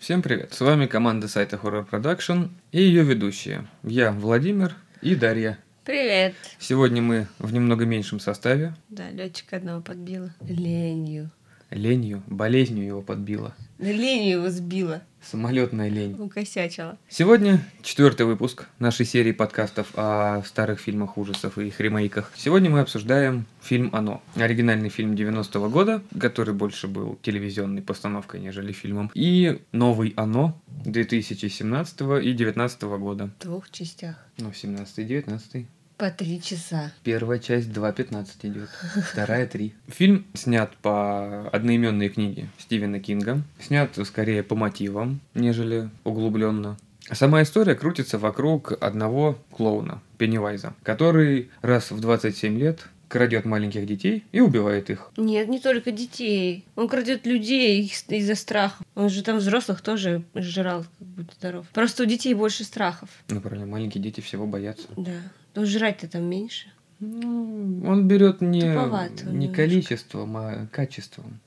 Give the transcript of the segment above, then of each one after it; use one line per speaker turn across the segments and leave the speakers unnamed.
Всем привет! С вами команда сайта Horror Production и ее ведущие. Я Владимир и Дарья.
Привет.
Сегодня мы в немного меньшем составе.
Да, летчика одного подбила. Ленью.
Ленью, болезнью его подбила.
Да ленью его сбила.
Самолетная лень.
Укосячила.
Сегодня четвертый выпуск нашей серии подкастов о старых фильмах ужасов и их ремейках. Сегодня мы обсуждаем фильм «Оно». Оригинальный фильм 90-го года, который больше был телевизионной постановкой, нежели фильмом. И новый «Оно» 2017 и 2019 года.
В двух частях.
Ну, 17 и 19.
По три часа.
Первая часть 2.15 идет, вторая 3. Фильм снят по одноименной книге Стивена Кинга. Снят скорее по мотивам, нежели углубленно. Сама история крутится вокруг одного клоуна, Пеннивайза, который раз в 27 лет крадет маленьких детей и убивает их.
Нет, не только детей. Он крадет людей из- из-за страха. Он же там взрослых тоже жрал, как будто здоров. Просто у детей больше страхов.
Ну, правильно, маленькие дети всего боятся.
Да. Но жрать-то там меньше.
Ну, он берет не,
Туповато
не
немножко.
количеством, а качеством.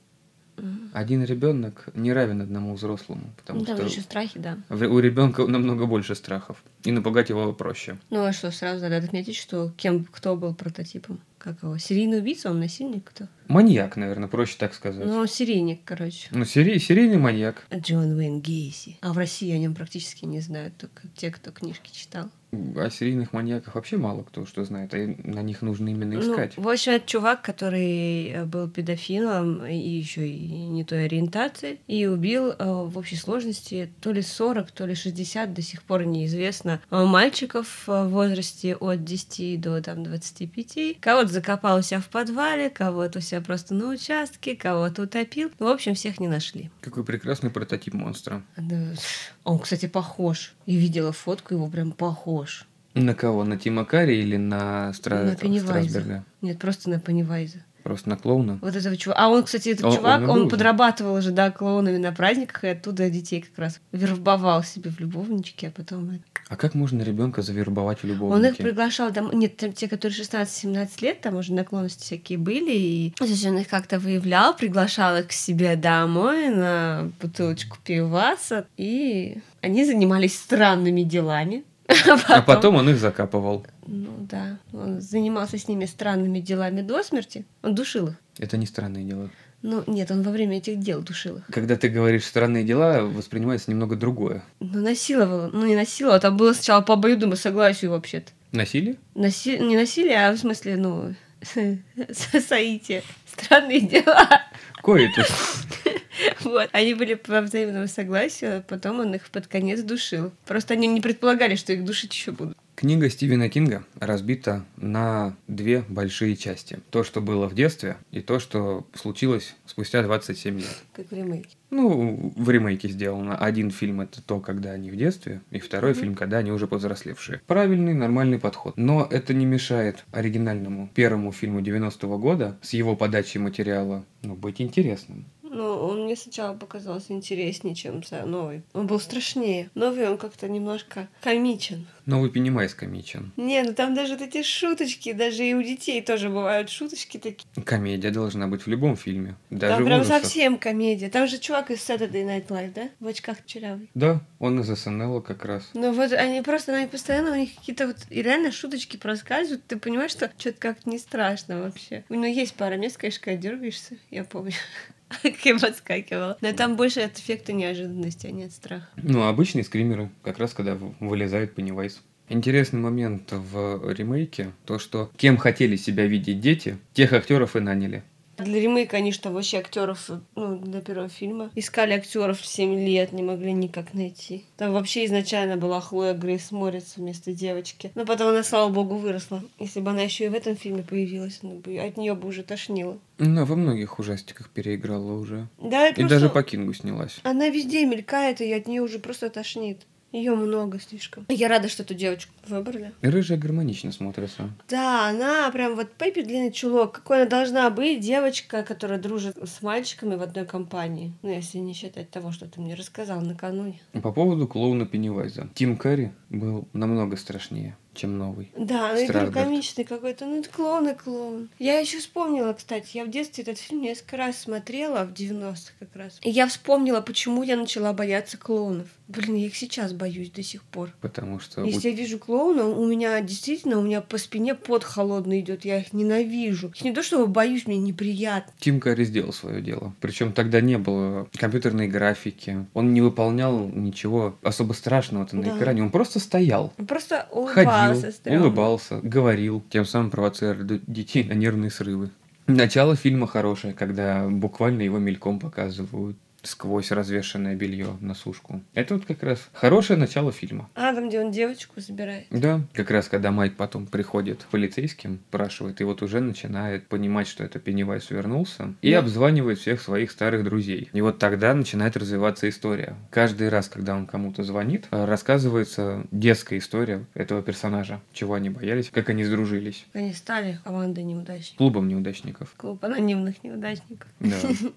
Мгм.
Один ребенок не равен одному взрослому, потому
Ну, там
что
еще страхи, да.
В- У ребенка намного больше страхов, и напугать его проще.
Ну а что, сразу надо отметить, что кем кто был прототипом? Как его? Серийный убийца? Он насильник кто?
Маньяк, наверное, проще так сказать.
Ну, он серийник, короче.
Ну, сери- серийный маньяк.
Джон Уэйн Гейси. А в России о нем практически не знают, только те, кто книжки читал.
О серийных маньяках вообще мало кто что знает, а и на них нужно именно искать.
Ну, в общем, это чувак, который э, был педофилом и еще и не той ориентации, и убил э, в общей сложности то ли 40, то ли 60, до сих пор неизвестно, э, мальчиков э, в возрасте от 10 до там, 25. Кого-то закопал у себя в подвале, кого-то у себя просто на участке, кого-то утопил. В общем, всех не нашли.
Какой прекрасный прототип монстра.
Да. Он, кстати, похож. Я видела фотку, его прям похож.
На кого? На Тима Карри или на, Стра...
На Пеннивайза.
Страсберга?
Нет, просто на Пеннивайза.
Просто на клоуна?
Вот этого чувака. А он, кстати, этот
А, он
чувак,
и
он,
был.
подрабатывал же, да, клоунами на праздниках, и оттуда детей как раз вербовал себе в любовничке, а потом... это.
А как можно ребенка завербовать в
Он их
любовнике?
приглашал там... Нет, там те, которые 16-17 лет, там уже наклонности всякие были, и то есть он их как-то выявлял, приглашал их к себе домой на бутылочку пиваса, и они занимались странными делами.
А потом он их закапывал.
Ну да, он занимался с ними странными делами до смерти, он душил их.
Это не странные дела.
Ну нет, он во время этих дел душил их.
Когда ты говоришь странные дела, воспринимается немного другое.
Ну, насиловала. Ну, не насиловала. Там было сначала по обоюдному согласию вообще-то.
Насилие?
Наси... Не насилие, а в смысле, ну, соитие. Странные дела.
Кое тут.
Вот. Они были по взаимному согласию, а потом он их под конец душил. Просто они не предполагали, что их душить еще будут.
Книга Стивена Кинга разбита на две большие части. То, что было в детстве, и то, что случилось спустя 27 лет.
Как в ремейке.
Ну, в ремейке сделано. Один фильм это то, когда они в детстве, и второй фильм, когда они уже повзрослевшие. Правильный, нормальный подход. Но это не мешает оригинальному первому фильму 90-го года с его подачей материала ну, быть интересным.
Ну, он мне сначала показался интереснее, чем са- новый. Он был страшнее. Новый он как-то немножко комичен.
Новый Пенемайс комичен.
Не, ну там даже вот эти шуточки, даже и у детей тоже бывают шуточки такие.
Комедия должна быть в любом фильме. Даже
Там
в
прям
ужасах.
совсем комедия. Там же чувак из Saturday Night Live, да? В очках черявый.
Да, он из СНЛ как раз.
Ну вот они просто, они постоянно, у них какие-то вот и реально шуточки проскальзывают. Ты понимаешь, что что-то как-то не страшно вообще. Ну есть пара мест, конечно, когда дергаешься, я помню. Как я подскакивала. Но там больше от эффекта неожиданности, а не от страха.
Ну, обычные скримеры, как раз когда в- вылезает Пеннивайз. Интересный момент в ремейке, то что кем хотели себя видеть дети, тех актеров и наняли.
Для ремейка они что, вообще актеров, ну, для первого фильма. Искали актеров 7 лет, не могли никак найти. Там вообще изначально была Хлоя Грейс Морец вместо девочки. Но потом она, слава богу, выросла. Если бы она еще и в этом фильме появилась, она бы- от нее бы уже тошнило.
Ну, во многих ужастиках переиграла уже.
Да, и,
И
просто
даже по Кингу снялась.
Она везде мелькает, и от нее уже просто тошнит. Ее много слишком. Я рада, что эту девочку выбрали.
Рыжая гармонично смотрится.
Да, она прям вот Пеппи длинный чулок. Какой она должна быть девочка, которая дружит с мальчиками в одной компании. Ну, если не считать того, что ты мне рассказал накануне.
По поводу клоуна Пеннивайза. Тим Карри был намного страшнее. чем новый.
Да, ну и тоже
Страсберг.
комичный какой-то. Ну, это клоун и клоун. Я еще вспомнила, кстати, я в детстве этот фильм несколько раз смотрела, в 90-х как раз. И я вспомнила, почему я начала бояться клоунов. Блин, я их сейчас боюсь до сих пор.
Потому что у-
Если я вижу клоуна, у меня действительно, у меня по спине пот холодный идет, я их ненавижу. Не то, что боюсь, мне неприятно.
Тим Карри сделал свое дело. Причем тогда не было компьютерной графики. Он не выполнял ничего особо страшного-то на
Да.
экране. Он просто стоял.
Он Просто улыбался
Ходил,
стрёмно.
улыбался, говорил, тем самым провоцировали д- детей на нервные срывы. Начало фильма хорошее, когда буквально его мельком показывают сквозь развешенное белье на сушку. Это вот как раз хорошее начало фильма.
А, там, где он девочку забирает.
Да, как раз когда Майк потом приходит к полицейским, спрашивает, и вот уже начинает понимать, что это Пеннивайс вернулся, и
Да.
обзванивает всех своих старых друзей. И вот тогда начинает развиваться история. Каждый раз, когда он кому-то звонит, э, рассказывается детская история этого персонажа, чего они боялись, как они сдружились.
Они стали командой неудачников.
Клубом неудачников.
Клуб анонимных неудачников.
Да.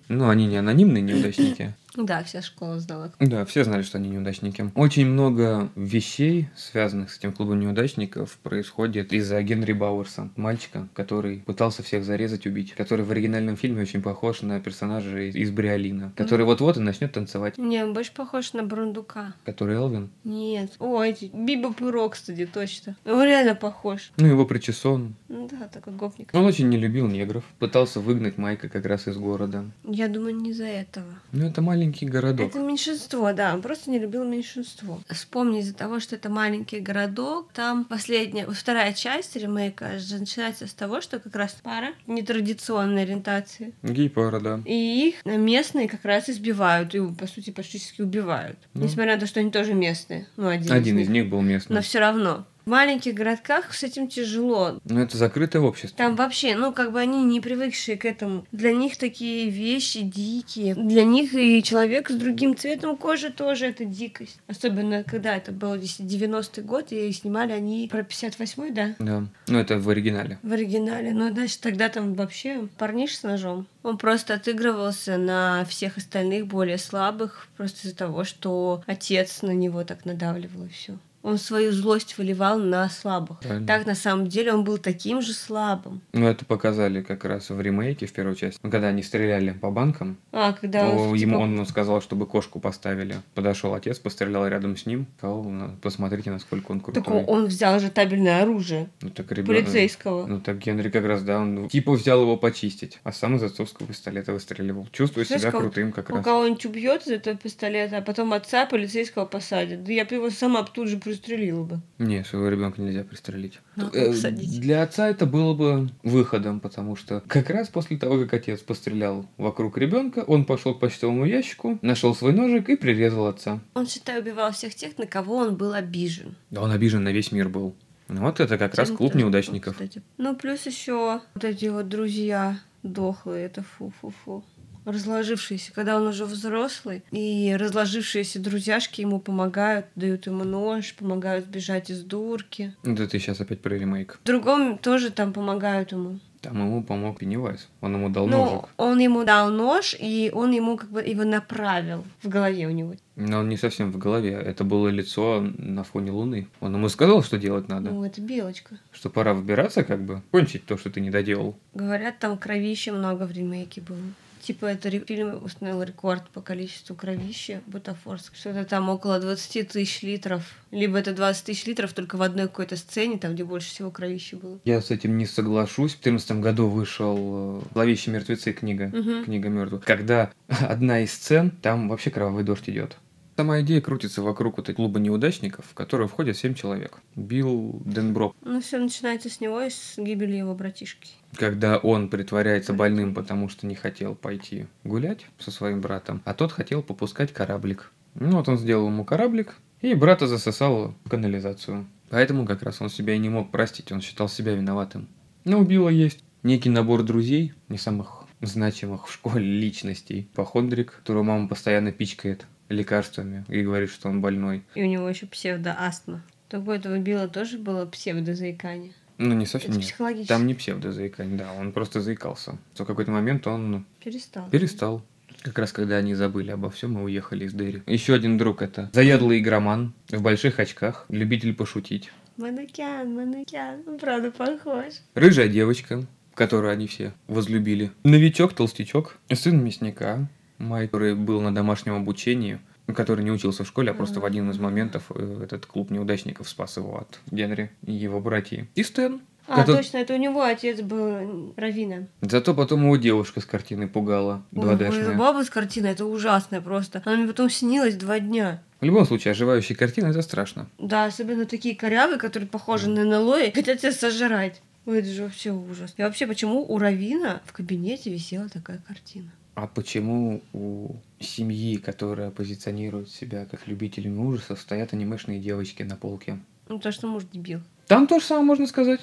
Но они не анонимные неудачники.
Да, вся школа знала.
Да, все знали, что они неудачники. Очень много вещей, связанных с этим клубом неудачников, происходит из-за Генри Бауэрса, мальчика, который пытался всех зарезать, убить, который в оригинальном фильме очень похож на персонажа из, из Бриолина, который вот-вот и начнет танцевать,
Не, он больше похож на Брундука.
который Элвин.
Нет. О, эти Биба Пырок, кстати, точно. Ну, Он реально похож.
Ну, его причесон.
Ну Да, такой гопник.
Он очень не любил негров, пытался выгнать Майка как раз из города.
Я думаю, не из-за этого.
Ну, это маленький городок.
Это меньшинство, да. Он просто не любил меньшинство. Вспомни из-за того, что это маленький городок. Там последняя, вот вторая часть ремейка же начинается с того, что как раз пара нетрадиционной ориентации.
Гей-пара, да.
И их местные как раз избивают, и, по сути, практически убивают.
Ну.
Несмотря на то, что они тоже местные. Ну, один,
Один
из
из
них.
них был
Но
местный.
все равно. В маленьких городках с этим тяжело.
Но Ну, это закрытое общество.
Там вообще, ну, как бы они не привыкшие к этому. Для них такие вещи дикие. Для них и человек с другим цветом кожи тоже это дикость. Особенно, когда это был здесь 90-й год, и снимали они про 58-й, да?
Да. Ну, это в оригинале.
В оригинале. Ну, значит, тогда там вообще парниш с ножом. Он просто отыгрывался на всех остальных более слабых, просто из-за того, что отец на него так надавливал и все. Он свою злость выливал на слабых.
Правильно.
Так на самом деле он был таким же слабым.
Ну, это показали как раз в ремейке, в первую часть. Ну, когда они стреляли по банкам,
А, когда
о,
он, типа,
ему он сказал, чтобы кошку поставили. Подошел отец, пострелял рядом с ним. Сказал, «На- посмотрите, насколько он крутой.
Так он- он взял же табельное оружие
Ну, так ребенок...
полицейского.
Ну, так Генри как раз, да, он типа взял его почистить, а сам из отцовского пистолета выстреливал. Чувствуя
Знаешь,
себя
как-
крутым как
Он
раз.
кого-нибудь убьет из этого пистолета, а потом отца полицейского посадят. Да я бы его сама б тут же пристрелила бы.
Не, своего ребенка нельзя пристрелить.
Ну, а
Э,
как садить?
Для отца это было бы выходом, потому что как раз после того, как отец пострелял вокруг ребенка, он пошел к почтовому ящику, нашел свой ножик и прирезал отца.
Он, считай, убивал всех тех, на кого он был обижен.
Да он обижен на весь мир был. Ну, Вот это как раз
Тем,
клуб
кто-
неудачников.
кстати. Ну, плюс еще вот эти вот друзья дохлые, это фу-фу-фу. Разложившиеся, когда он уже взрослый, и разложившиеся друзьяшки ему помогают, дают ему нож, помогают сбежать из дурки.
Это ты сейчас опять про ремейк.
В другом тоже там помогают ему.
Там ему помог Пеннивайз. Он ему дал
Ну,
ножик.
он ему дал нож, и он ему как бы его направил в голове у него.
Но он не совсем в голове. Это было лицо на фоне луны. Он ему сказал, что делать надо.
Ну, это белочка.
Что пора выбираться, как бы. Кончить то, что ты не доделал.
Говорят, там кровища много в ремейке было. Типа, это ре- фильм установил рекорд по количеству кровища Бутафорск. Что-то там около 20 тысяч литров. Либо это 20 тысяч литров только в одной какой-то сцене, там, где больше всего кровища было.
Я с этим не соглашусь. В 2014 году вышел э, «Зловещие мертвецы» книга.
Мгм.
Книга мертвых. Когда одна из сцен, там вообще кровавый дождь идет. Сама идея крутится вокруг вот этого клуба неудачников, в который входят семь человек. Билл Денброк,
Ну, все начинается с него и с гибели его братишки.
когда он притворяется больным, потому что не хотел пойти гулять со своим братом, а тот хотел попускать кораблик. Ну вот он сделал ему кораблик, и брата засосал в канализацию. Поэтому как раз он себя и не мог простить, он считал себя виноватым. Но у Билла есть некий набор друзей, не самых значимых в школе личностей. Похондрик, которого мама постоянно пичкает лекарствами и говорит, что он больной.
И у него еще псевдоастма. Только у этого Билла тоже было псевдозаикание.
Ну, не совсем.
Это
нет.
психологически.
Там не псевдозаикание, да, он просто заикался. В какой-то момент он
Перестал.
Перестал. Как раз когда они забыли обо всем и уехали из Дерри. Еще один друг это заядлый игроман в больших очках, любитель пошутить.
Манукян, Манукян. Он Ну, правда похож.
Рыжая девочка, которую они все возлюбили. Новичок, толстячок, сын мясника, Майк, который был на домашнем обучении, который не учился в школе, а просто в один из моментов э, этот клуб неудачников спас его от Генри и его братьев. И Стэн,
А,
Который-
точно, это у него отец был Равина.
Зато потом его девушка с картины пугала.
Ой,
2D-шная.
баба с картиной, это ужасно просто. Она мне потом снилась два дня.
В любом случае, оживающие картины это страшно.
Да, особенно такие корявые, которые похожи на НЛО и хотят тебя сожрать. Ой, это же вообще ужас. И вообще, почему у Равина в кабинете висела такая картина?
А почему у семьи, которая позиционирует себя как любителями ужасов, стоят анимешные девочки на полке?
Ну, то, что муж дебил.
Там то же самое можно сказать.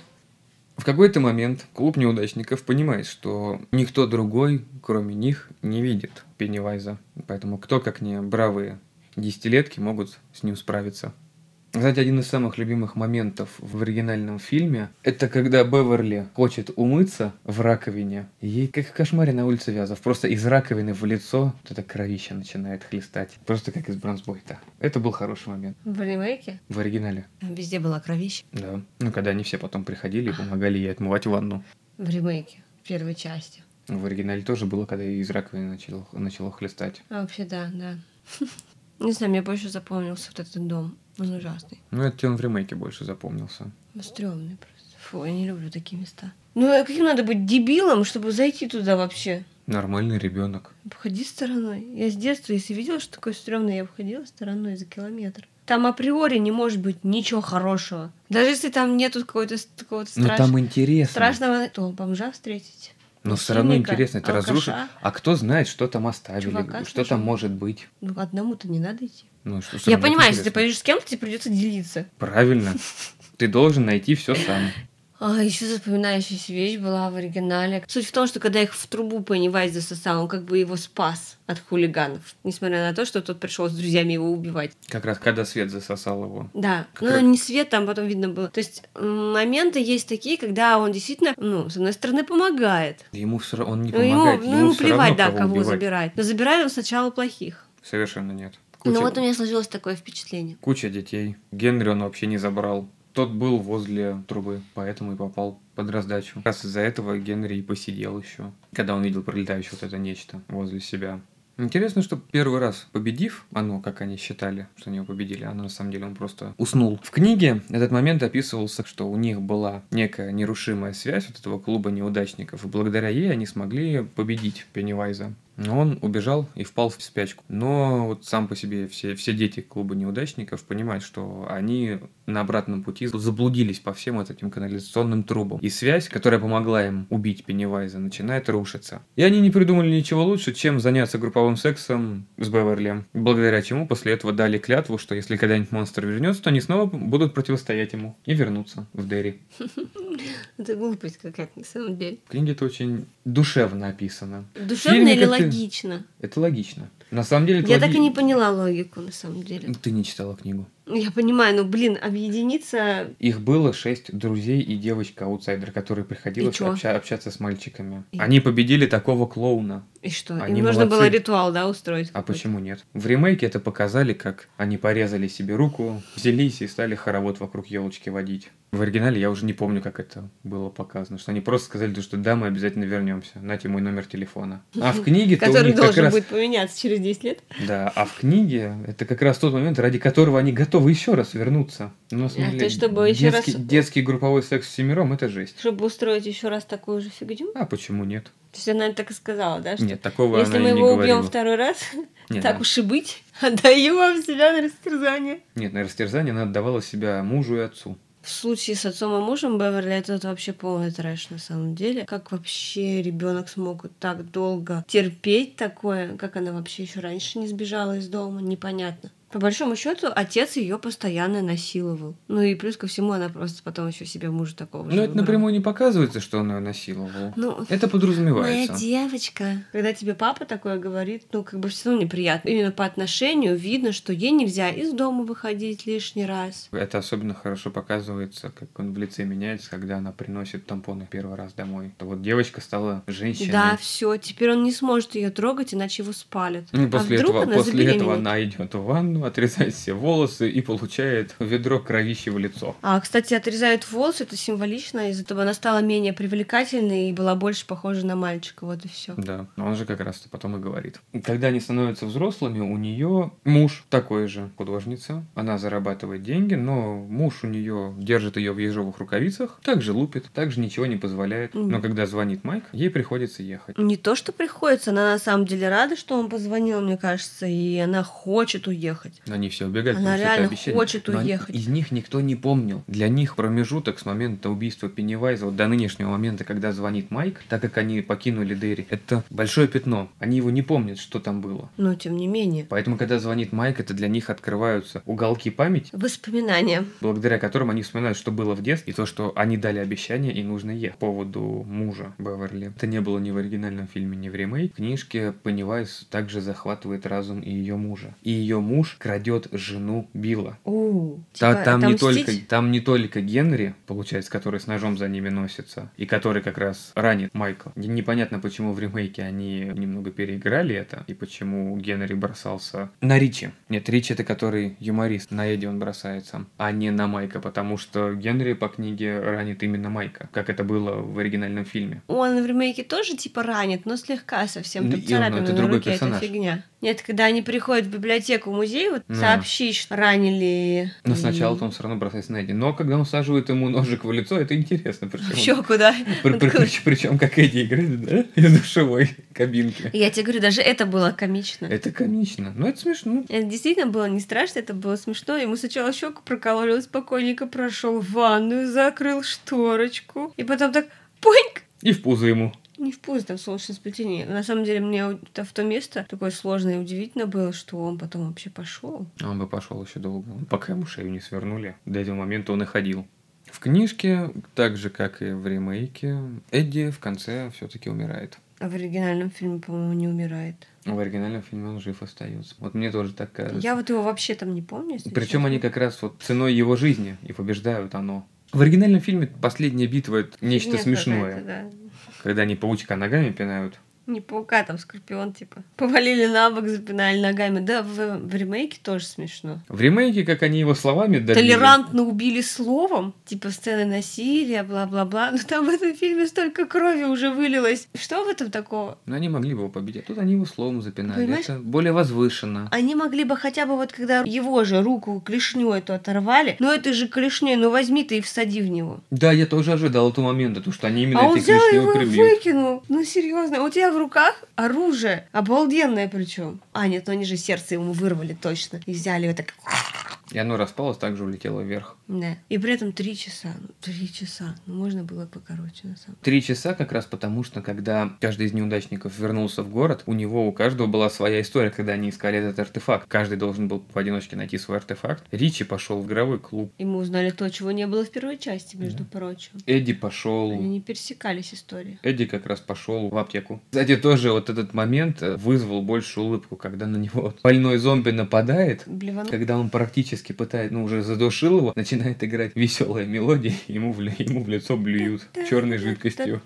В какой-то момент клуб неудачников понимает, что никто другой, кроме них, не видит Пеннивайза. Поэтому кто, как не бравые десятилетки, могут с ним справиться. Кстати, один из самых любимых моментов в оригинальном фильме – это когда Беверли хочет умыться в раковине. и Ей как в кошмаре на улице Вязов. Просто из раковины в лицо вот это кровища начинает хлестать. Просто как из Бронзбойта. Это был хороший момент.
В ремейке
В оригинале.
везде была кровища.
Да. Ну, когда они все потом приходили и помогали ей отмывать ванну.
В ремейке, в первой части.
В оригинале тоже было, когда из раковины начало, начало хлестать.
А вообще, да, да. Не знаю, мне больше запомнился вот этот дом. Он ужасный.
Ну, это тебе он в ремейке больше запомнился.
Он Стрёмный просто. Фу, я не люблю такие места. Ну, а каким надо быть дебилом, чтобы зайти туда вообще?
Нормальный ребенок.
Обходи стороной. Я с детства, если видела, что такое стрёмное, я обходила стороной за километр. Там априори не может быть ничего хорошего. Даже если там нету какого-то с- такого-то
Ну,
страш-
там интересно.
страшного, то бомжа встретить.
Но все равно
насильника,
интересно, это
алкаша.
разрушит. А кто знает, что там оставили,
Чувака
что там
сначала.
может быть.
Ну, одному-то не надо идти.
Ну, что всё
Я
равно это
понимаю, если ты
интересно.
поедешь с кем-то, тебе придется делиться.
Правильно. Ты должен найти все сам.
А, еще запоминающаяся вещь была в оригинале. Суть в том, что когда их в трубу Пеннивайз засосал, он как бы его спас от хулиганов. Несмотря на то, что тот пришел с друзьями его убивать.
Как раз когда свет засосал его.
Да,
Как
ну
раз-
не свет там потом видно было. То есть м, моменты есть такие, когда он действительно, ну, с одной стороны, помогает.
Ему все он не
Ну, ему,
помогает.
ну, ему
всё
плевать,
равно,
да,
кого,
кого
убивать.
забирать. Но забирает он сначала плохих.
Совершенно нет.
Ну
Куча-
вот у меня сложилось такое впечатление.
Куча детей. Генри он вообще не забрал. Тот был возле трубы, поэтому и попал под раздачу. Как раз из-за этого Генри и посидел еще, когда он видел пролетающее вот это нечто возле себя. Интересно, что первый раз победив оно, как они считали, что они его победили, оно на самом деле он просто уснул. В книге этот момент описывался, что у них была некая нерушимая связь вот этого клуба неудачников, и благодаря ей они смогли победить Пеннивайза. Но он убежал и впал в спячку. Но вот сам по себе все, все дети клуба неудачников понимают, что они на обратном пути заблудились по всем вот этим канализационным трубам. И связь, которая помогла им убить Пеннивайза, начинает рушиться. И они не придумали ничего лучше, чем заняться групповым сексом с Беверли. Благодаря чему после этого дали клятву, что если когда-нибудь монстр вернется, то они снова будут противостоять ему и вернутся в Дерри.
Это глупость какая-то на самом деле.
В книге это очень душевно описано.
Душевно или
как-то-
логично?
Это логично. На самом деле это
Я так и
логи-
не поняла логику на самом деле.
Ты не читала книгу.
Я понимаю, ну блин, объединиться.
Их было шесть друзей и девочка-аутсайдер, которой приходилось
И чё?
обща- общаться с мальчиками.
И-
Они победили такого клоуна.
И что?
Они
Им нужно
молодцы.
было ритуал, да, устроить.
А
какой-то.
почему нет? В ремейке это показали, как они порезали себе руку, взялись и стали хоровод вокруг елочки водить. В оригинале я уже не помню, как это было показано. Что они просто сказали, что да, мы обязательно вернемся. Нате мой номер телефона. А в книге-то у
Который
них как
должен
раз...
будет поменяться через 10 лет.
Да, а в книге это как раз тот момент, ради которого они готовы еще раз вернуться. Но,
А то, чтобы ещё раз-
детский групповой секс семером это жесть.
Чтобы устроить еще раз такую же фигню.
А почему нет?
То есть она так и сказала, да? Что
Нет, такого
если
она
мы
и не
его убьем
говорила.
второй раз,
Нет,
так
да.
уж и быть, отдаю вам себя на растерзание.
Нет, на растерзание она отдавала себя мужу и отцу.
В случае с отцом и мужем Беверли это вот вообще полный трэш на самом деле. Как вообще ребенок смог вот так долго терпеть такое, как она вообще еще раньше не сбежала из дома, непонятно. По большому счету, отец ее постоянно насиловал. Ну и плюс ко всему, она просто потом еще себе мужа такого же.
Но Ну, это
выбрала.
напрямую не показывается, что она её насиловала.
Ну,
Это
Моя
подразумевается.
девочка. Когда тебе папа такое говорит, ну, как бы все равно неприятно. Именно по отношению видно, что ей нельзя из дома выходить лишний раз.
Это особенно хорошо показывается, как он в лице меняется, когда она приносит тампоны первый раз домой. Вот девочка стала женщиной.
Да, все. Теперь он не сможет ее трогать, иначе его спалят.
Ну, и
а
после
вдруг
этого,
она
после этого
забеременеет?
она идет в ванну, ему отрезает все волосы и получает ведро кровищи в лицо.
А, кстати, отрезают волосы, это символично, из-за того она стала менее привлекательной и была больше похожа на мальчика, вот и все.
Да, но он же как раз-то потом и говорит. Когда они становятся взрослыми, у нее муж такой же художница. Она зарабатывает деньги, но муж у нее держит ее в ежовых рукавицах, также лупит, также ничего не позволяет.
Мгм.
Но когда звонит Майк, ей приходится ехать.
Не то, что приходится, она на самом деле рада, что он позвонил, мне кажется, и она хочет уехать.
Но Они все убегают,
Она
потому что это
реально
обещание.
хочет
Но они-
уехать.
из них никто не помнил. Для них промежуток с момента убийства Пеннивайза вот до нынешнего момента, когда звонит Майк, так как они покинули Дерри, это большое пятно. Они его не помнят, что там было.
Но тем не менее.
Поэтому, когда звонит Майк, это для них открываются уголки памяти,
Воспоминания.
благодаря которым они вспоминают, что было в детстве, и то, что они дали обещание и нужно ехать. По поводу мужа Беверли. Это не было ни в оригинальном фильме, ни в ремейке. В книжке Пеннивайз также захватывает разум и ее мужа. И ее муж крадет жену Билла.
У,
Та-
типа
там, не
отомстить?
только, там не только Генри, получается, который с ножом за ними носится, и который как раз ранит Майкла. Н- Непонятно, почему в ремейке они немного переиграли это, и почему Генри бросался на Ричи. Нет, Ричи это который юморист, на Эдди он бросается, а не на Майка, потому что Генри по книге ранит именно Майка, как это было в оригинальном фильме.
Он в ремейке тоже типа ранит, но слегка совсем.
Ну,
Там
и он,
царапина
это
на
другой
руке,
персонаж.
это фигня. Нет, когда они приходят в библиотеку музей, вот
Да.
сообщить, что ранили...
Но
и-
сначала-то он все равно бросается на Эдди. Но когда он саживает ему ножик в лицо, это интересно.
В
Причем,
щеку, да. Он такой,
причем как Эдди играет, да? Из душевой кабинки.
Я тебе говорю, даже это было комично.
Это комично. но это смешно.
Это действительно было не страшно, это было смешно. Ему сначала щеку прокололи, он спокойненько прошел в ванную, закрыл шторочку. И потом так, поньк!
И в пузо ему.
Не в пузо, там солнечное сплетение. На самом деле, мне у- та- в то место такое сложное и удивительно было, что он потом вообще пошел.
А Он бы пошел еще долго. Ну, Пока ему шею не свернули. До этого момента он и ходил. В книжке, так же как и в ремейке, Эдди в конце все-таки умирает.
А в оригинальном фильме, по-моему, не умирает.
В оригинальном фильме он жив остается. Вот мне тоже так кажется.
Я вот его вообще там не помню. если
Причем
честно.
Э, они как раз вот ценой его жизни и побеждают оно. В оригинальном фильме последняя битва это нечто
Фигня
смешное.
какая-то, да.
Когда они паучка ногами пинают.
Не паука, там скорпион, типа. Повалили на бок, запинали ногами. Да, в, в ремейке тоже смешно.
В ремейке, как они его словами добили.
Толерантно убили словом, типа сцены насилия, бла-бла-бла. Но там в этом фильме столько крови уже вылилось. Что в этом такого?
Но они могли бы его победить. А тут они его словом запинали.
Понимаешь?
Это более возвышенно.
Они могли бы хотя бы вот когда его же руку, клешню эту оторвали, но это же клешней, ну возьми ты и всади в него.
Да, я тоже ожидал этого момента, то, что они именно
а он
этой
взял
клешней
его и
прибьют.
выкинул. Ну серьезно, у тебя в руках оружие, обалденное причем. А, нет, ну они же сердце ему вырвали точно. И взяли его так.
И оно распалось, также улетело вверх.
Да. И при этом три часа. Ну, три часа. Ну, можно было покороче, на самом деле.
Три часа как раз потому, что когда каждый из неудачников вернулся в город, у него у каждого была своя история, когда они искали этот артефакт. Каждый должен был поодиночке найти свой артефакт. Ричи пошел в игровой клуб.
И мы узнали то, чего не было в первой части, между прочим.
Эдди пошел...
Они не пересекались истории.
Эдди как раз пошел в аптеку. Кстати, тоже вот этот момент э, вызвал большую улыбку, когда на него больной зомби нападает,
Блевану.
Когда он практически пытает, ну уже задушил его, начинает играть веселая мелодия, ему в, ли- ему в лицо блюют черной жидкостью.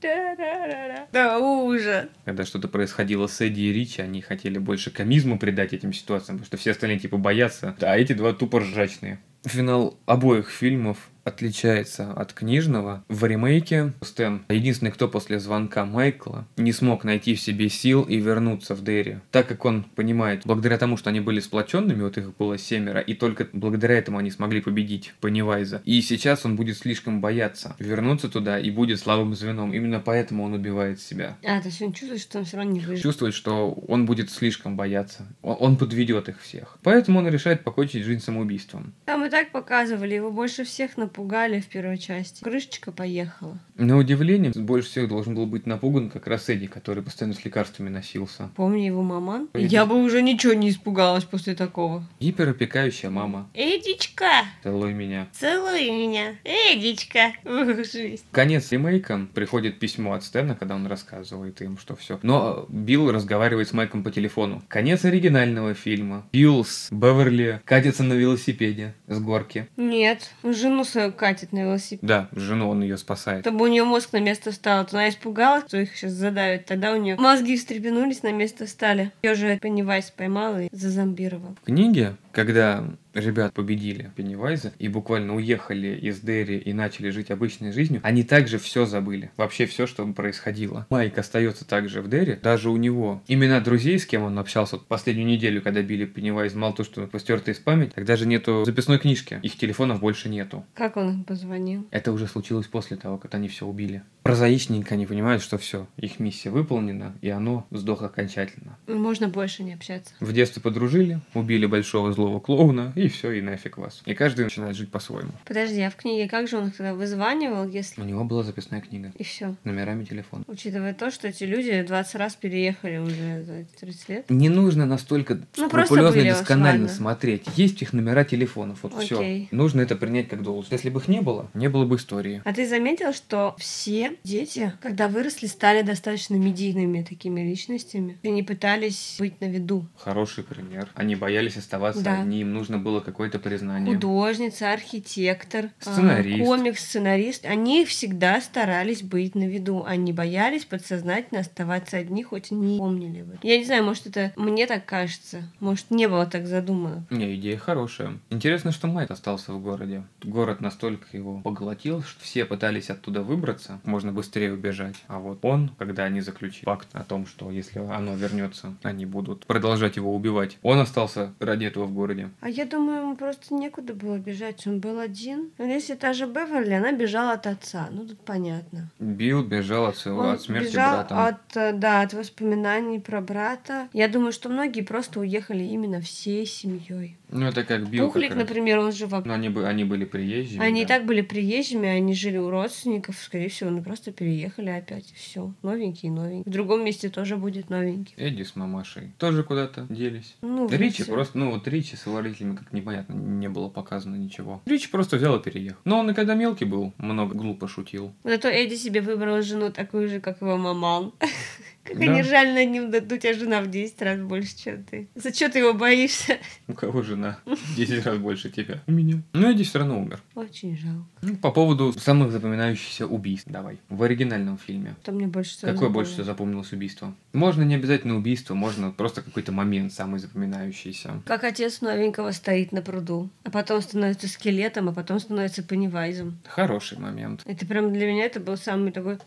Та-та-та-та-та-та-та-та. Да, ужас.
Когда что-то происходило с Эдди и Ричи, они хотели больше комизму придать этим ситуациям, потому что все остальные типа боятся, а эти два тупо ржачные. Финал обоих фильмов отличается от книжного. В ремейке Стэн единственный, кто после звонка Майкла не смог найти в себе сил и вернуться в Дерри. Так как он понимает, благодаря тому, что они были сплоченными, вот их было семеро, и только благодаря этому они смогли победить Пеннивайза. И сейчас он будет слишком бояться вернуться туда и будет слабым звеном. Именно поэтому он убивает себя
А, то есть он чувствует, что он все равно не выживет.
чувствует, что он будет слишком бояться. Он, он подведет их всех. Поэтому он решает покончить жизнь самоубийством.
Там и так показывали, его больше всех напугали в первой части. Крышечка поехала.
На удивление, больше всех должен был быть напуган как раз Эдди, который постоянно с лекарствами носился.
Помню его маман.
Эдди.
Я бы уже ничего не испугалась после такого.
Гиперопекающая мама.
Эдичка,
Целуй меня.
целуй меня. Эдичка. Ух, Жизнь.
Конец ремейка. Приходит письмо от Стэна, когда он рассказывает им, что все. Но э, Билл разговаривает с Майком по телефону. Конец оригинального фильма. Билл с Беверли катится на велосипеде с горки.
Нет, жену свою ее катит на велосипед.
Да, жену он ее спасает.
Чтобы у нее мозг на место встал, то она испугалась, что их сейчас задавят. Тогда у нее мозги встрепенулись, на место встали. Ее же Пеннивайз поймал и зазомбировал.
В книге, когда ребят победили Пеннивайза и буквально уехали из Дерри и начали жить обычной жизнью, они также все забыли. Вообще все, что происходило. Майк остается также в Дерри. Даже у него имена друзей, с кем он общался вот последнюю неделю, когда били Пеннивайз, мало то, что постерты из памяти, так даже нету записной книжки. Их телефонов больше нету.
Как он им позвонил?
Это уже случилось после того, как они все убили. Прозаичненько они понимают, что все, их миссия выполнена, и оно сдохло окончательно.
Можно больше не общаться.
В детстве подружили, убили большого злого клоуна, и все, и нафиг вас. И каждый начинает жить по-своему.
Подожди, а в книге как же он их тогда вызванивал, если...
У него была записная книга
И все.
с номерами телефона.
Учитывая то, что эти люди 20 раз переехали уже за 30 лет.
Не нужно настолько
Ну, просто
скрупулезно и
были,
досконально
ладно.
смотреть. Есть их номера телефонов, вот
Окей.
все. Нужно это принять как должность. Если бы их не было, не было бы истории.
А ты заметил, что все дети, когда выросли, стали достаточно медийными такими личностями и не пытались быть на виду?
Хороший пример. Они боялись оставаться
Да.
одни, им нужно было какое-то признание.
Художница, архитектор, а,
Сценарист.
комик, сценарист. Они всегда старались быть на виду. Они боялись подсознательно оставаться одни, хоть и не помнили бы. Я не знаю, может, это мне так кажется. Может, не было так задумано.
Не, идея хорошая. Интересно, что Майк остался в городе. Город настолько его поглотил, что все пытались оттуда выбраться, можно быстрее убежать. А вот он, когда они заключили пакт о том, что если оно вернется, они будут продолжать его убивать, он остался ради этого в городе.
А я думаю, ему просто некуда было бежать. Он был один. Но Если та же Беверли, она бежала от отца. Ну, тут понятно.
Билл бежал от, своего,
Он
Ну, от смерти
бежал
брата.
От, э, да, от воспоминаний про брата. Я думаю, что многие просто уехали именно всей семьей.
Ну, это как Билл. как
Пухлик,
раз.
например, он же в
Ну, они, бы, они были приезжими.
Они и
да.
так были приезжими, они жили у родственников, скорее всего, ну просто переехали опять, и все. Новенький, и новенький. В другом месте тоже будет новенький.
Эдди с мамашей тоже куда-то делись.
Ну,
Ричи
всё.
просто, ну вот Ричи с его родителями как непонятно, не было показано ничего. Ричи просто взял и переехал. Но он и когда мелкий был, много глупо шутил.
Зато Эдди себе выбрал жену такую же, как его маман. Как
Да.
они ржали над ним, да тут у тебя жена в 10 раз больше, чем ты. За что ты его боишься?
У кого жена 10 раз больше тебя? У меня. Ну, Эдди все равно умер.
Очень жалко.
Ну, по поводу самых запоминающихся убийств. Давай. В оригинальном фильме.
Что мне больше всего
Какое
запомнилось?
больше всего запомнилось убийство? Можно не обязательно убийство, можно просто какой-то момент самый запоминающийся.
Как отец новенького стоит на пруду, а потом становится скелетом, а потом становится панивайзом.
Хороший момент.
Это прям для меня это был самый такой...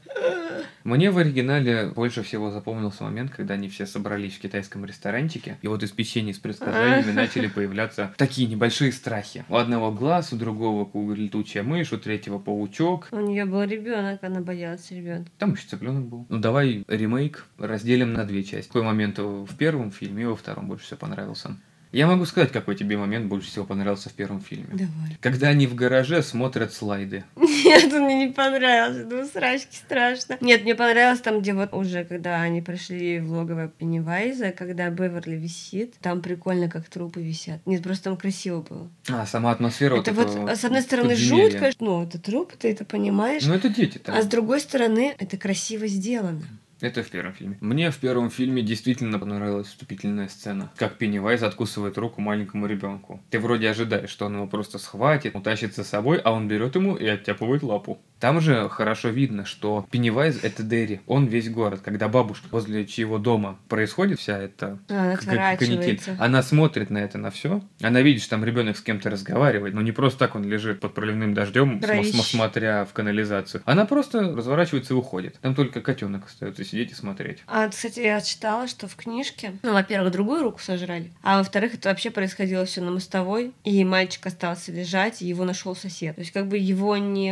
Мне в оригинале больше всего запомнился момент, когда они все собрались в китайском ресторанчике, и вот из печенья с предсказаниями начали появляться такие небольшие страхи. У одного глаз, у другого ку- летучая мышь, у третьего паучок.
У нее был ребенок, она боялась ребенка.
Там еще цыпленок был. Ну давай ремейк разделим на две части. Какой момент в первом фильме и во втором больше всего понравился? Я могу сказать, какой тебе момент больше всего понравился в первом фильме.
Давай.
Когда они в гараже смотрят слайды.
Нет, он мне не понравился. Ну, срачки страшно. Нет, мне понравилось там, где вот уже, когда они пришли в логово Пеннивайза, когда Беверли висит, там прикольно, как трупы висят. Нет, просто там красиво было.
А, сама атмосфера
это
вот
вот,
этого
с одной стороны,
подземелья.
жутко. Ну, это труп, ты это понимаешь.
Ну это дети там.
а с другой стороны, это красиво сделано.
Это в первом фильме. Мне в первом фильме действительно понравилась вступительная сцена, как Пеннивайз откусывает руку маленькому ребенку. Ты вроде ожидаешь, что он его просто схватит, утащит за собой, а он берет ему и оттяпывает лапу. Там же хорошо видно, что Пеннивайз — это Дерри, он весь город. Когда бабушка возле чьего дома происходит вся эта
Она
к- к- канитель,
А, отворачивается.
она смотрит на это, на все. Она видит, что там ребенок с кем-то разговаривает, но не просто так он лежит под проливным дождем, см-
Кровище.
см- смотря в канализацию. Она просто разворачивается и уходит. Там только котенок остается сидеть и смотреть.
А, кстати, я читала, что в книжке, ну, во-первых, другую руку сожрали, а во-вторых, это вообще происходило все на мостовой, и мальчик остался лежать, и его нашел сосед. То есть, как бы его не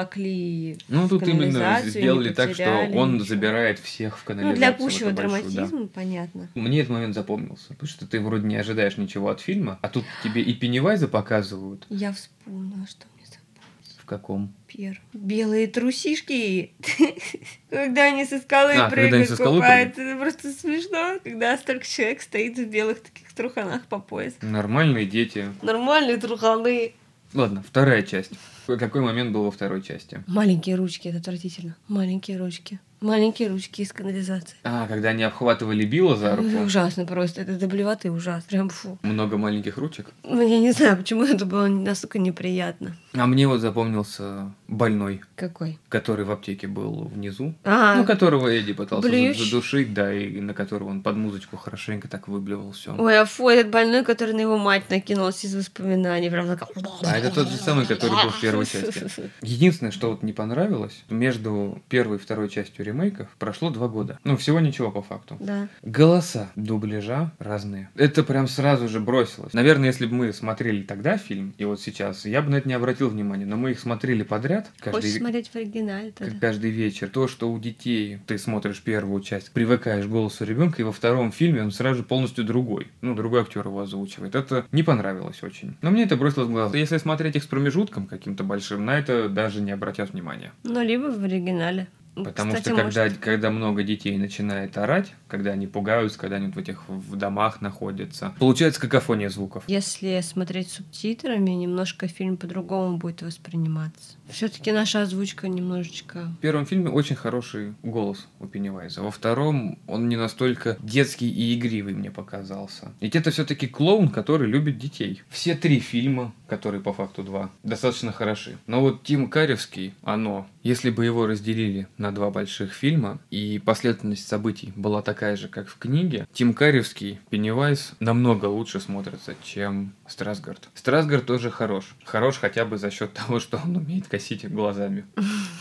уволокли.
Ну, тут именно
канализацию
сделали
не
так, что
потеряли,
он
ничего.
забирает всех в канализацию.
Ну, для
в эту
пущего
большую, да.
драматизма, понятно.
Мне этот момент запомнился, потому что ты вроде не ожидаешь ничего от фильма, а тут тебе и Пеннивайза показывают.
Я вспомнила, что мне за
В каком?
пер. Белые трусишки. Когда они со скалы
А, когда они
прыгают,
со скалы
купают. Это просто смешно, когда столько человек стоит в белых таких труханах по пояс.
Нормальные дети.
Нормальные труханы.
Ладно, вторая часть. Какой момент был во второй части?
Маленькие ручки, это отвратительно. Маленькие ручки. Маленькие ручки из канализации.
А, когда они обхватывали Билла за
Ой,
руку.
Ужасно просто. Это до блевоты ужасно. Прям фу.
Много маленьких ручек.
Ну, я не знаю, почему это было настолько неприятно.
А мне вот запомнился больной,
Какой?
который в аптеке был внизу.
А,
Ну, которого Эдди пытался за-
Блюющий.
задушить, да, и на которого он под музычку хорошенько так выблевал все.
ой, а фу, этот больной, который на его мать накинулся из воспоминаний. Прям так...
А это тот же самый, который был в первой части. Единственное, что вот не понравилось, между первой и второй частью ремейков прошло два года. Ну, всего ничего по факту.
Да.
Голоса дубляжа разные. Это прям сразу же бросилось. Наверное, если бы мы смотрели тогда фильм, и вот сейчас, я бы на это не обратил внимания, но мы их смотрели подряд.
Хочешь
Каждый,
смотреть в оригинале
как
тогда?
каждый вечер. То, что у детей ты смотришь первую часть, привыкаешь к голосу ребенка, и во втором фильме он сразу же полностью другой. Ну, другой актер его озвучивает. Это не понравилось очень. Но мне это бросилось в глаза. Если смотреть их с промежутком каким-то большим, на это даже не обратят внимания.
Ну, либо в оригинале.
Потому
Ну, Кстати,
что когда,
может,
когда много детей начинает орать, когда они пугаются, когда они вот в этих в домах находятся, получается какофония звуков.
Если смотреть субтитрами, немножко фильм по-другому будет восприниматься. Все-таки наша озвучка немножечко
В первом фильме очень хороший голос у Пеннивайза. Во втором он не настолько детский и игривый мне показался. Ведь это все-таки клоун, который любит детей. Все три фильма, которые по факту два, достаточно хороши. Но вот Тим Каревский, оно, если бы его разделили на два больших фильма, и последовательность событий была такая же, как в книге, Тим Каревский, Пеннивайз намного лучше смотрятся, чем Страсгард. Страсгард тоже хорош. Хорош хотя бы за счет того, что он умеет косить глазами.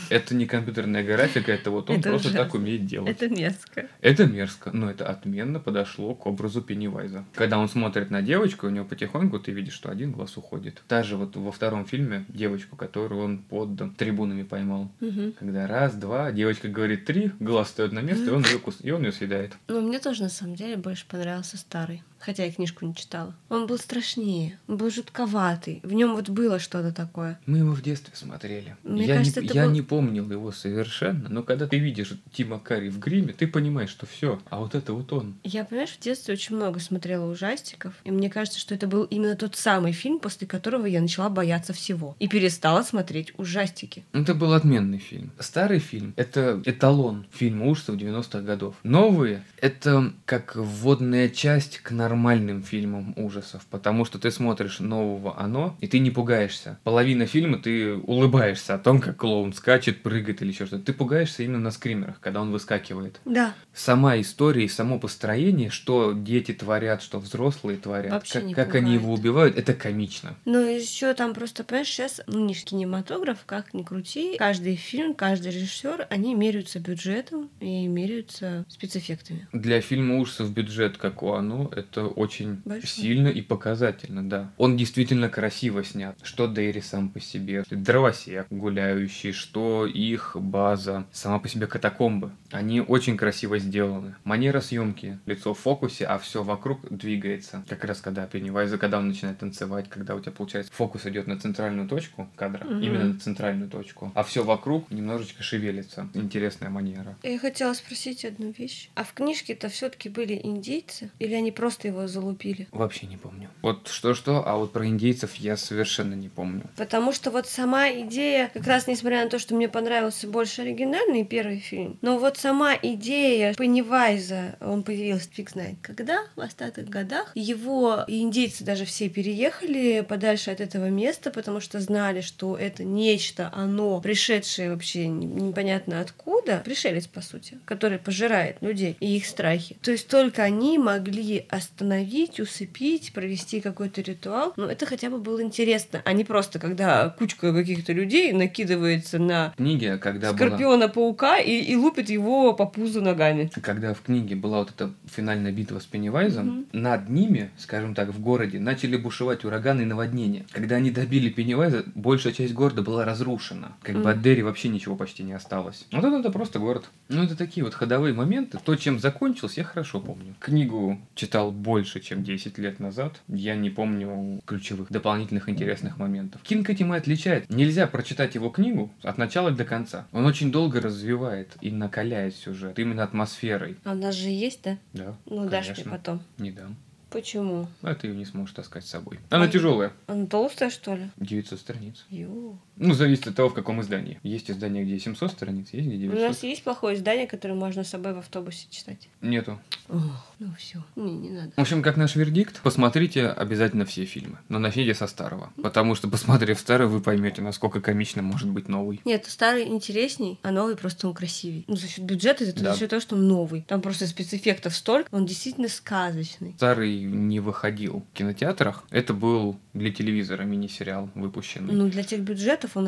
Это не компьютерная графика, это вот он
Это
просто так
ужасно.
умеет делать.
Это мерзко.
Это мерзко, но это отменно подошло к образу Пеннивайза. Когда он смотрит на девочку, у него потихоньку ты видишь, что один глаз уходит. Даже вот во втором фильме девочку, которую он под трибунами поймал. Когда раз, два, девочка говорит три, глаз встает на место, и он ее, кус... и он ее съедает.
Но Ну, мне тоже, на самом деле, больше понравился старый. Хотя я книжку не читала. Он был страшнее, он был жутковатый. В нем вот было что-то такое.
Мы его в детстве смотрели.
Мне
я
кажется,
не,
это
я
был-
не помнил его совершенно, но когда ты видишь Тима Карри в гриме, ты понимаешь, что все. А вот это вот он.
Я, понимаешь, в детстве очень много смотрела ужастиков, и мне кажется, что это был именно тот самый фильм, после которого я начала бояться всего и перестала смотреть ужастики.
Это был отменный фильм. Старый фильм — это эталон фильма ужасов 90-х годов. Новые — это как вводная часть к нормальным фильмам ужасов, потому что ты смотришь нового «Оно», и ты не пугаешься. Половина фильма ты улыбаешься о том, как клоун скачет, прыгает или еще что-то. Ты пугаешься именно на скримерах, когда он выскакивает.
Да,
Сама история и само построение, что дети творят, что взрослые творят,
Вообще
как,
не
как они
пугает.
его убивают, это комично.
Но еще там просто, понимаешь, сейчас нынешний кинематограф, как ни крути, каждый фильм, каждый режиссер, они меряются бюджетом и меряются спецэффектами.
Для фильма ужасов бюджет, как у Оно, это очень
Большой.
сильно и показательно, да. Он действительно красиво снят. Что Дейри сам по себе, что дровосек гуляющий, что их база, сама по себе катакомбы. Они очень красиво сделаны. Манера съемки, лицо в фокусе, а все вокруг двигается. Как раз когда Пеннивайза, когда он начинает танцевать, когда у тебя получается фокус идет на центральную точку кадра,
Мгм.
именно на центральную точку, а все вокруг немножечко шевелится. Интересная манера.
Я хотела спросить одну вещь. А в книжке-то все-таки были индейцы? Или они просто его залупили?
Вообще не помню. Вот что-что, а вот про индейцев я совершенно не помню.
Потому что вот сама идея, как раз несмотря на то, что мне понравился больше оригинальный первый фильм, но вот сама идея Пеннивайза, он появился фиг знает когда, в остатых годах, его и индейцы даже все переехали подальше от этого места, потому что знали, что это нечто, оно пришедшее вообще не- непонятно откуда, пришелец, по сути, который пожирает людей и их страхи. То есть только они могли остановить, усыпить, провести какой-то ритуал. Но это хотя бы было интересно, а не просто, когда кучка каких-то людей накидывается на
Книге, когда была...
скорпиона-паука и, и лупит его по пузу ногами.
Когда в книге была вот эта финальная битва с Пеннивайзом,
Мгм.
над ними, скажем так, в городе начали бушевать ураганы и наводнения. Когда они добили Пеннивайза, большая часть города была разрушена. Как бы
Мгм.
от Дерри вообще ничего почти не осталось. Вот это, это просто город. Ну, это такие вот ходовые моменты. То, чем закончилось, я хорошо помню. Книгу читал больше, чем 10 лет назад. Я не помню ключевых дополнительных интересных моментов. Кинг этим и отличает. Нельзя прочитать его книгу от начала до конца. Он очень долго развивает и накаляет сюжет именно атмосферой.
А у нас же есть, да?
Да.
Ну, дашь мне
конечно.
потом.
Не дам.
Почему?
А ты ее не сможешь таскать с собой. Она тяжелая.
Она толстая, что ли?
900 страниц.
Ю.
Ну, зависит от того, в каком издании. Есть издание, где 700 страниц, есть где
У нас
900.
есть плохое издание, которое можно с собой в автобусе читать.
Нету.
Ох, ну все, не, не надо.
В общем, как наш вердикт, посмотрите обязательно все фильмы, но начните со старого. Потому что, посмотрев старый, вы поймете, насколько комично может быть новый.
Нет, старый интересней, а новый просто он красивей. Ну, за счет бюджета, это
Да.
за счет того, что он новый. Там просто спецэффектов столько, он действительно сказочный.
Старый не выходил в кинотеатрах. Это был для телевизора мини-сериал выпущенный.
Ну, для тех бюджетов он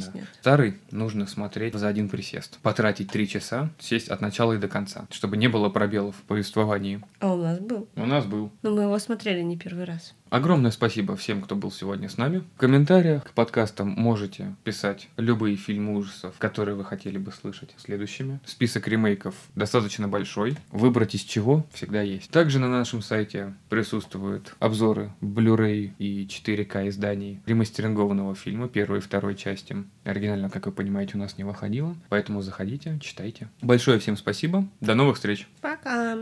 Да.
снят.
Старый нужно смотреть за один присест. Потратить три часа, сесть от начала и до конца, чтобы не было пробелов в повествовании.
А у нас был.
У нас был.
Но мы его смотрели не первый раз.
Огромное спасибо всем, кто был сегодня с нами. В комментариях к подкастам можете писать любые фильмы ужасов, которые вы хотели бы слышать следующими. Список ремейков достаточно большой. Выбрать из чего всегда есть. Также на нашем сайте присутствуют обзоры Blu-ray и 4К изданий ремастерингованного фильма первой и второй части. Оригинально, как вы понимаете, у нас не выходило, поэтому заходите, читайте. Большое всем спасибо. До новых встреч!
Пока!